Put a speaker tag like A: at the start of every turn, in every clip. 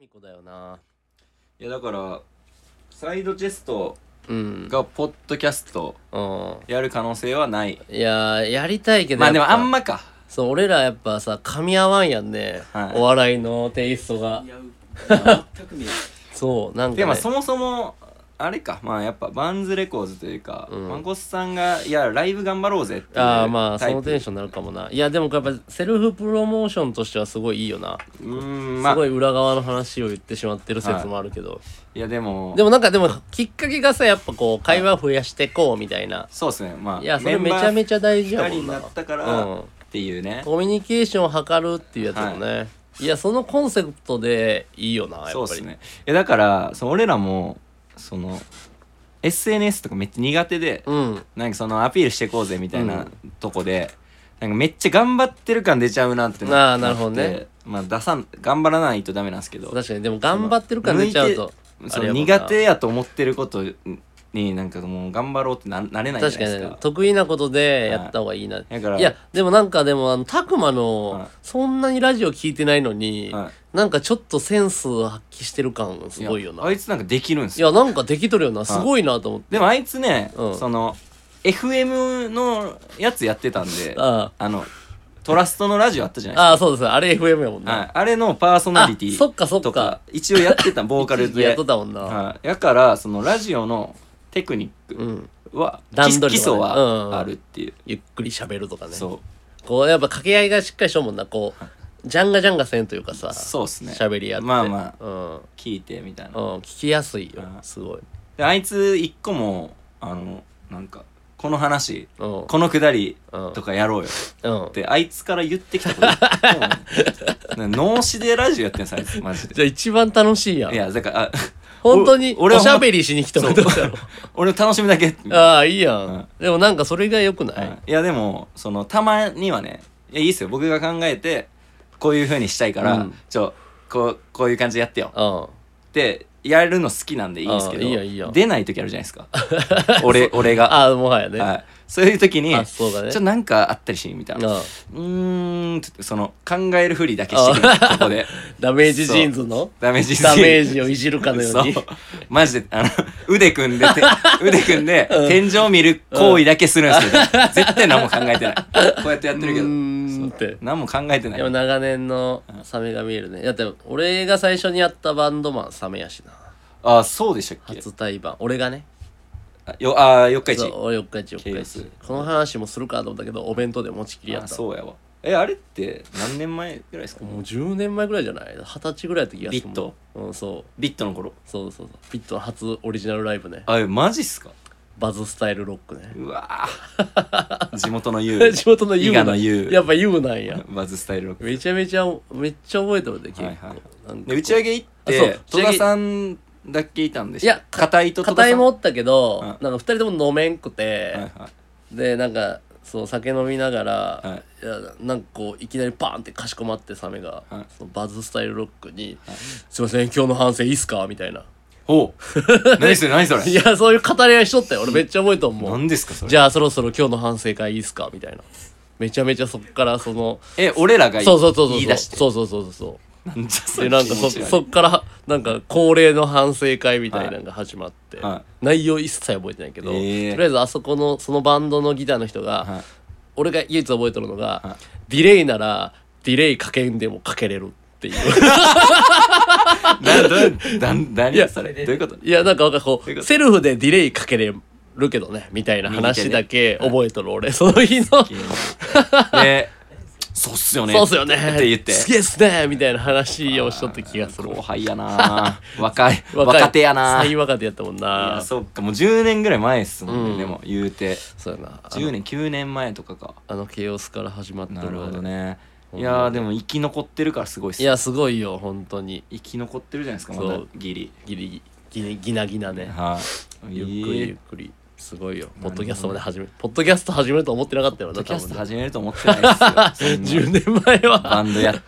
A: ミコだよない
B: やだからサイドチェスト
A: うん
B: がポッドキャスト
A: うん
B: やる可能性はない
A: いやーやりたいけど
B: まあでも
A: やっ
B: あ
A: ぱ
B: んまか
A: そう俺らやっぱさ噛み合わんやんね、
B: はい
A: お笑いのテイストが
C: 全く見えない
A: そうなんか、ね、
B: でもそもそもあれかまあやっぱバンズレコーズというか、
A: うん
B: マンコスさんがいやライブ頑張ろうぜっていう
A: ああまあ
B: タ
A: そ
B: イ
A: の
B: プ
A: テンションになるかもないやでもやっぱセルフプロモーションとしてはすごいいいよな、
B: うーんますあ
A: ごい裏側の話を言ってしまってる説もあるけど、
B: いやでも
A: でもなんかでもきっかけがさやっぱこう会話増やしてこうみたいな、
B: そうですねまあ
A: いやそれめちゃめ
B: ち
A: ちゃ大事や
B: 2
A: も
B: 人に
A: んな
B: なったから、
A: うん
B: っていうね
A: コミュニケーションを図るっていうやつもね、い、やそのコンセプトでいいよなやっぱり
B: そうですねいやだからその俺らもその SNS とかめっちゃ苦手で、
A: うん
B: なんかそのアピールしてこうぜみたいうなとこで、なんかめっちゃ頑張ってる感出ちゃうなって
A: あーなるほど
B: なっ
A: ね
B: てまあ出さん頑張らないとダメなんですけど
A: 確かにでも頑張ってる感出ちゃうと
B: 向い
A: あ
B: てそ
A: れ
B: の
A: やもんな
B: 苦手やと思ってることになんかもう頑張ろうってななれないじ
A: 確
B: ゃ
A: か
B: ない
A: に
B: で
A: ね
B: すか
A: 得意なことでやった方がいいな、
B: だから
A: いやでもなんかでもあの拓磨
B: は
A: の
B: い
A: そんなにラジオ聞いてないのに、
B: は
A: なんかちょっとセンス発揮してる感すごいよな
B: あ
A: い
B: いつなんかできるんですよ
A: やなんかできとるよなすごいなと思って
B: でもあいつね、
A: うん
B: その FM のやつやってたんであ
A: あ
B: のトラストのラジオあったじゃ
A: あ
B: ない
A: ああそうですあれ FM やもん
B: です
A: な、
B: か、はい、あれのパーソナリティ
A: あそっかそっか
B: と一応やってたボーカ ルで
A: やっとったもんな、
B: はい、やからそのラジオのテクニッ
A: うん
B: クは、
A: 段
B: 基
A: 取
B: 基
A: りとか
B: 礎
A: ねうんうん
B: はあるっていう、
A: ゆっくり喋るとかね
B: そ
A: こうやっぱ掛け合いがしっかりしとんもんなこうジャンガジャンガせんというかさ
B: うそうっすね
A: 喋りやって
B: まあまあ
A: うん
B: 聞いてみたいな、
A: うん、聞きやすいよ
B: うん
A: すごい、
B: であいつ一個もあのなんかこの話
A: うん、
B: このくだり
A: うん
B: とかやろうよ
A: うん
B: ってあいつから言ってきたこと一個も ないな脳死でラジオやってんすあいつマジで
A: じゃあ一番楽しいやん
B: いやだからあ
A: 本当に
B: お俺
A: お
B: は
A: しゃべりしに来たの
B: そう
A: どうだろ
B: 俺の楽しみだけ
A: うああいいやん、
B: うん
A: でもなんかそれがよくない、
B: いやでもそのたまにはねいやいいっすよ僕が考えてこういうふうにしたいから、
A: うん
B: ちょこうこういう感じでやってよ
A: うん
B: ってやるの好きなんでいいんですけど
A: あいいよいいよ
B: 出ない時あるじゃないですか 俺俺が、
A: ああもはやね、
B: はい、そういう時に
A: あそうだね
B: ちょなんかあったりしみたいな
A: うん
B: うーんちょっとその考えるふりだけしてくれこ こで
A: ダメージジーンズの
B: ダメージ
A: ダメージをいじるかのように
B: そうマジであの腕組んで て腕組んで天井見る行為だけするんですけど、絶対何も考えてないこうやってやってるけ
A: うー
B: ど
A: んって
B: 何も考えてな
A: でも
B: い
A: 長年のサメが見えるねだって俺が最初にやったバンドマンサメやしな
B: あそうでしたっけ
A: 初対バン俺がね
B: あよあ四日市
A: そう俺四日市四日市
B: ケイオス
A: この話もするかと思ったけどお弁当で持ちきりや
B: あ
A: った
B: そうやわえあれって何年前ぐらいですか
A: もう10年前ぐらいじゃない二十歳ぐらいの時や
B: ビット
A: うんそう
B: ビットの頃
A: そうそうそうビットの初オリジナルライブね
B: あえマジっすか
A: バズスタイルロックね
B: うわー 地元の 優
A: 地元の U
B: 伊
A: な
B: 賀
A: ん
B: の U
A: やっぱ U なんや
B: バズスタイルロック
A: めちゃめちゃめっちゃ覚えてるで結構、
B: はいはい
A: なんか
B: で打ち上げ行っ
A: あ
B: て
A: そう
B: 戸田さんだけいたんでし
A: い
B: た
A: やか
B: 片井と戸田
A: 片
B: さ
A: 井
B: ん
A: もおったけど、
B: うん
A: なんか二人とも飲めんくて、
B: はいはい
A: でなんかそう酒飲みながら、、
B: はい
A: やなんかこういきなりバーンってかしこまってサメが、
B: はい
A: そのバズスタイルロックに「すいません今日の反省いいっすか?」みたいな
B: ほう何それ何それ
A: いやそういう語り合いしとったよ俺めっちゃ覚えとんもん
B: 何ですかそれ
A: じゃあそろそろ今日の反省会いいっすかみたいなめちゃめちゃそっからその
B: え俺らが
A: そうそうそうそ
B: 言いう出して
A: そうそうそうそうそう
B: なんじゃそ
A: で
B: れ
A: なんか
B: 気
A: そ
B: 持ち悪い
A: そっからなんか恒例の反省会みたいなのが始まって、
B: は
A: 内容一切覚えてないけど、
B: えー
A: とりあえずあそこのそのバンドのギターの人が、
B: はい
A: 俺が唯一覚えてるのが、
B: は
A: ディレイならディレイかけんでもかけれるっていう
B: などだ何
A: いや
B: それどういう こと
A: いやなんかわかんないこ
B: いうこ
A: う
B: と
A: セルフでディレイかけれるけどねみたいな話だけ覚えとる俺その日の
B: ねそうっすよね
A: そうっすよね
B: って言って
A: すげえっすねみたいな話をしとった気がする
B: 後輩やな若い若手やな
A: 最
B: い
A: 若手やったもんな
B: やそっかもう10年ぐらい前っすもんね、
A: うん
B: でも言うて
A: そうやなあの
B: 10年9年前とかか
A: あのケイオスから始まって
B: なるほどね
A: ほんま
B: いやーでも生き残ってるからすごいっす
A: いやすごいよ本当に
B: 生き残ってるじゃないですか
A: そう
B: まだギリ
A: ギリギリギナギナね
B: はい
A: ゆっくりゆっ
B: ポ
A: くりすごいよ
B: な
A: ポ
B: るほど
A: ッドキャストまで始めポッドキャスト始めると思ってなかったよ
B: ッ
A: な
B: ドキ
A: 多
B: ャス
A: 分
B: ト
A: ね
B: 始めると思ってないで すよそんな
A: 10年前
B: バ
A: は
B: ンドや、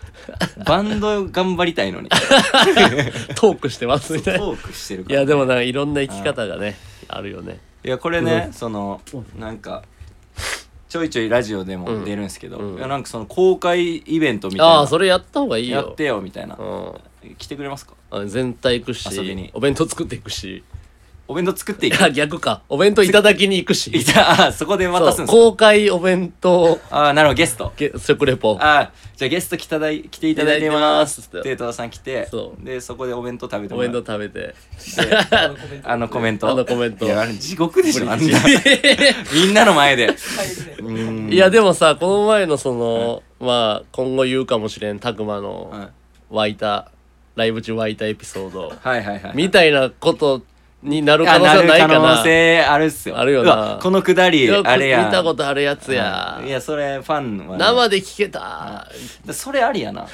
B: バンド頑張りたい のに。
A: トークしてます
B: ト
A: みたいな
B: ークしてるか
A: い
B: ら。
A: やでもなんかいろんな生き方がねあるよね
B: いやこれね、その、なんか、ちょいちょいラジオでも出るんですけど、
A: うん
B: いやなんかその公開イベントみたいな
A: ああそれやった方がいいよ
B: やってよみたいな
A: う、ん
B: 来てくれますか
A: あ、全体行くし
B: 遊びに
A: お弁当作っていくし
B: お弁当作ってい
A: い
B: く
A: や逆かお弁当いただきに行くし
B: い たあーそこで渡す
A: そ
B: ん
A: う
B: ですか
A: 公開お弁当
B: ああなるほどゲスト
A: げ食レポ
B: ああじゃあゲスト来ただい来ていただいてます
A: い
B: った
A: だいてます
B: てで戸田さん来て
A: そ
B: でそこでお弁当食べて
A: お
B: もら
A: 弁当
B: う
A: 食べて
B: あのコメント
A: あのコメント
B: いやあれ地獄でしょあんな
A: い
B: みんなの前で
A: やでもさこの前のその、まあ今後言うかもしれん拓磨の
B: は
A: 湧いたライブ中湧いたエピソード
B: いはいはいはい
A: みたいなことになる可
B: あ
A: 能性は
B: なる
A: ないか
B: 可
A: な
B: 能性あるっすよ
A: あるよ
B: う
A: な
B: わこのくだり
A: よく
B: あれやん
A: 見たことあるやつや、
B: うんいやそれファンはね
A: 生で聞けた
B: でそれあり やな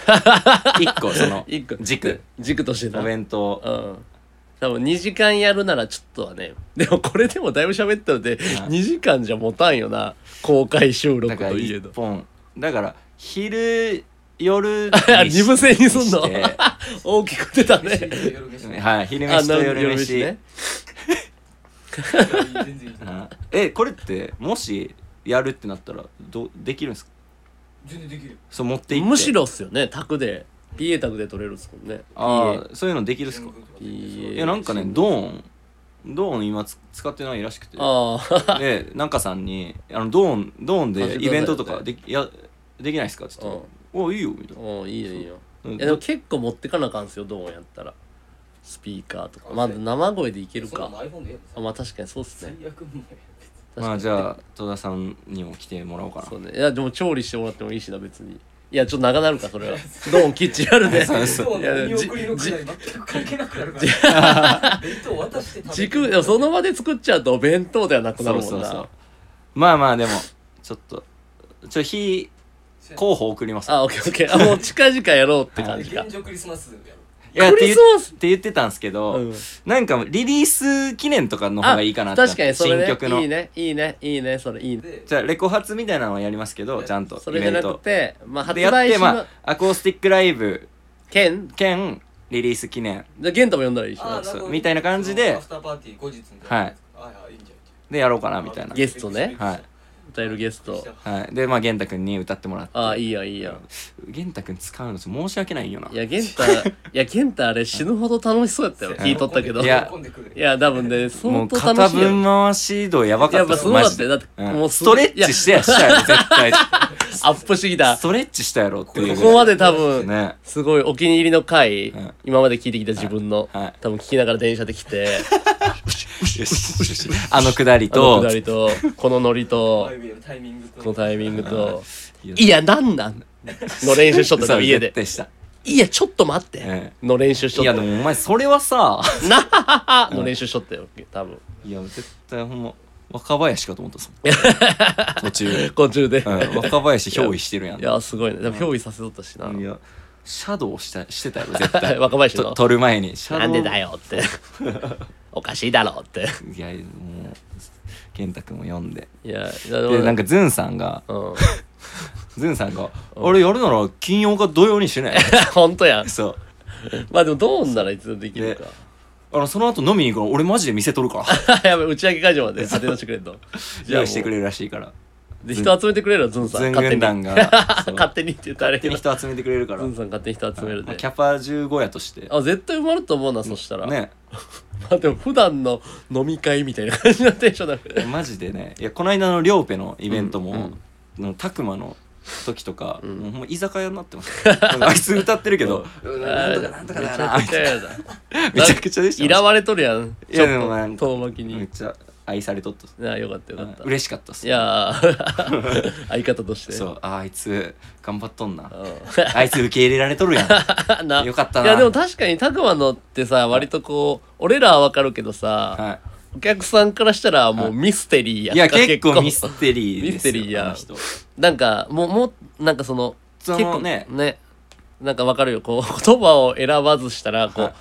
B: 一個その
A: 一個
B: 軸
A: 軸としてな
B: お弁当
A: うん多分2時間やるならちょっとはねでもこれでもだいぶ喋ったので2時間じゃ持たんよな公開収録
B: だから
A: といえ
B: 一
A: ど
B: 本だから昼夜
A: あ二部制にすんの
B: して
A: 大きく出たね
C: 夜飯
B: はい昼
A: あ
B: 飯と夜飯
A: ね
C: 全然いい
B: うんえこれってもしやるってなったらどできるんですか
C: 全然できるよ
B: そう持っていって
A: むしろっすよね卓で PA 卓で取れるっすもんね
B: ああそういうのできるっすか
A: いいえ
B: いやなんかねドーンドーン今つ使ってないらしくて
A: ああ
B: でなんかさんにあのドーンドーン
A: 貸し
B: で
A: てください
B: イベントとかできやできないですか?」っつって「おいいよ」みたい な
A: うんいいよいいよ
B: うん
A: いやでも結構持ってかなあかんすよどうやったらスピーカーとかまあ生声でいける
C: そんな
A: か
C: の iPhone でやる
A: あまあ確かにそうっす
C: 最
A: ね
C: 悪もう
A: 確か
B: まあ
A: に
B: じゃあ戸田さんにも来てもらおうか
A: そうねいやでも調理してもらってもいいしな別にいやちょっと長なるかそれは ドーンキッチンやるね
B: そう
C: 弁当
A: いや
C: の見送りのく
A: じ
C: だり全く関係なくなるから弁当渡して食べ
A: 時空でもその場で作っちゃうとお弁当ではなくな
B: そ
A: る
B: う
A: も
B: そ
A: ん
B: う
A: な
B: そうまあまあでもちょっとちょ日候補送ります
A: あオッケーオッケーあもう近々やろうって感じか
C: 現状クリスマスやろ
B: いやっ
A: ク
B: て
A: リ
B: 言
A: スマス
B: って言ってたんですけど、
A: うん
B: なんかリリース記念とかの方がいいかなって
A: 確かにそれね
B: 新曲の
A: いいねいいねいいねそれいいね
C: で
B: じゃあレコ発みたいなのはやりますけどちゃんと
A: そ
B: イ
A: れじ
B: ベ
A: ゃ
B: ン
A: なく
B: ト
A: てまあ発
B: でやっ
A: 売
B: て
A: し
B: ま
A: ま
B: あアコースティックライブ
A: 兼
B: 兼リリース記念
A: じゃあ玄太も呼んだらいいし
C: あ
A: な
C: ーるほど
B: みたいな感じで
C: アフターパーティー後日みたいなやつあーいいんじゃ
B: でやろうかなみたいな
A: ゲストね
B: はい
A: 歌えるゲスト
B: はい、でまあ源太くんに歌ってもらって
A: ああいいやいいや
B: 源太くん使うの申し訳ないよない
A: や玄 太いや玄太あれ死ぬほど楽しそうやったよ
B: うん
A: 聞いとったけど
B: い
A: い
B: や
A: や
C: 喜んでくれる
A: 多分ね
B: も
A: 相
B: う
A: 当
B: 片
A: 楽しいよ
B: 分回し度やばか
A: や
B: っ
A: ったぱ
B: っす
A: そうだ
B: マ
A: っ
B: ジ
A: た
B: で
A: よだって
B: うん
A: もう
B: ス
A: す
B: ト
A: ごい
B: レッチしてやしたよ絶対
A: アップしてきた
B: ストレッチしたやろっていう
A: ここまで多分、
B: ね
A: すごいお気に入りの回、
B: ん
A: 今まで聞いてきた自分の、
B: はいはい
A: 多分聞きながら電車で来て
B: あのくだり
A: あの
B: と
A: くだりとこのノリと
C: バイビーのタイミングと
A: このタイミングと
B: う
A: 「
B: ん
A: いやなんなん?」の練習しとった多
B: そう
A: 分家で
B: 絶対した
A: 「いやちょっと待って」
B: え
A: の練習しと
B: い
A: った
B: やでもお前それはさ
A: なはははの練習しとったよ多分
B: いや絶対ほんま若林かと思ったっすもん途中、
A: 途中で、
B: うん、若林憑依してるやん
A: いやすごいねでも憑依させとったしな、
B: いやシャドウしたしてたよ絶 対
A: 若林
B: と
A: の
B: 撮る前にシ
A: 「
B: ャドウ
A: なんでだよ」って おかしいだろうって
B: いやもう健太君も読んで
A: いやいやで
B: でなん
A: か
B: かズンさんが
A: うん
B: ズンさんが「あれやるなら金曜か土曜にしない?
A: 本当 や」ん
B: そう
A: まあでもどうならいつでもできるか
B: あのその後飲みに行くから俺マジで 店取るから
A: やべ打ち上げ会場まで当て出してくれんのじゃ
B: 用
A: あ
B: 意してく
A: れ
B: れるらしいから
A: で人集めてくれるのズンさん
B: ズン
A: 勝手
B: 軍
A: に
B: 団がそ う
A: 勝手にって言ったらあれや
B: 勝手
A: け
B: に
A: ど
B: 人集めてくれるから
A: ズンさん勝手に人集める
B: まあ
A: で
B: キャパ15やとして
A: あ絶対埋まると思うなそしたら
B: ね
A: まあでも普段の飲み会みたいな感じのテンションだけど
B: マジでねいやこの間のリョーペのイベントも、
A: う
B: うんのタクマの時とか、
A: ん
B: もうほんま居酒屋になってま すなんかあいつ歌ってるけどうんなんとかなんとかだな
A: め
B: み
A: ちゃくちゃ
B: たいな
A: やだ
B: めちゃくちゃでした
A: いらわれとるやん
B: い
A: ちょ
B: やでもなん
A: っ
B: か
A: と遠巻き
B: めっ
A: に
B: ちゃ愛されとったっす
A: あよかったよかった
B: 嬉しかったっす
A: いやー 相方として
B: そうああいつ頑張っと んな
A: う
B: あいつ受け入れられとるや ん
A: んな
B: よかったない
A: やでも確かに拓磨のってさ割とこう俺らはわかるけどさ、
B: は
A: お客さんからしたらもうミステリーや
B: いいや結構ミステリーですよ
A: ミステリーや
B: あの人
A: なんかもうもうなんかその
B: その
A: 結構
B: ね
A: なんかわかるよこう 言葉を選ばずしたらこ
B: は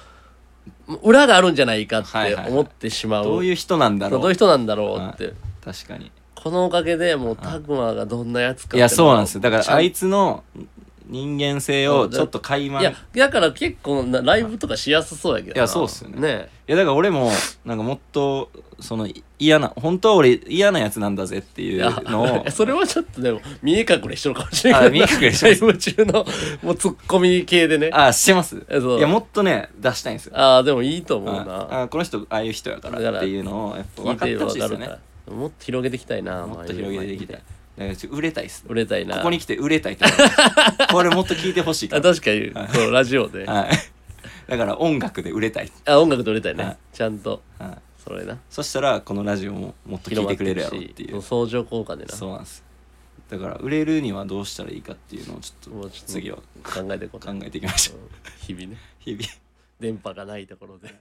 A: う、裏があるんじゃないかっ
B: はい
A: て
B: はいはい
A: 思ってしまう、
B: どういう人なんだろ
A: ど
B: う
A: ういう人なんだろうって、
B: は確かに
A: このおかげでもうタグマがどんなやつか
B: いやそうなんです
A: よ
B: よだからあいつの人間性をちょっと垣間
A: い
B: いや
A: やだから結構なライブとかしやすそうやけどない
B: やそうっすよね
A: ね
B: だから俺もなんかもっとその嫌な本当は俺嫌なやつなんだぜって
A: い
B: いう
A: や
B: の を
A: それはちょっとでも見え隠れしてるかもしれない
B: あ見え隠れして
A: ラ
B: ま
A: イ ブ中のもうツッコミ系でねあ
B: あしてます
A: えそう
B: いやもっとね出したいんですよ
A: あーでもいいと思う
B: あ
A: な
B: あこの人ああいう人やか
A: だからら
B: っていうのをやっ
A: 聞
B: ぱ分
A: い
B: かっててほ
A: わ
B: しいで
A: か
B: すよ
A: る
B: ね
A: からもっと広げていきたいな
B: もっと広げていきたいだからちょっと売れたいっすね
A: 売れたいな
B: ここに来て売れたいってことこれもっと聞いてほしいか
A: あ
B: ら
A: 確かにそうラジオで
B: はい だから音楽で売れたい、
A: あ音楽で売れたい
B: はい
A: ねちゃんと
B: はい
A: それな
B: そしたらこのラジオももっと聞いてくれるやろってい
A: く
B: う
A: し相乗効果でな
B: そうなんですだから売れるにはどうしたらいいかっていうのをちょ
A: も
B: っと
A: うちょっと
B: 次は
A: 考えていこう
B: 考えていきましょう
A: うん日々ね
B: 日々
A: 電波がないところで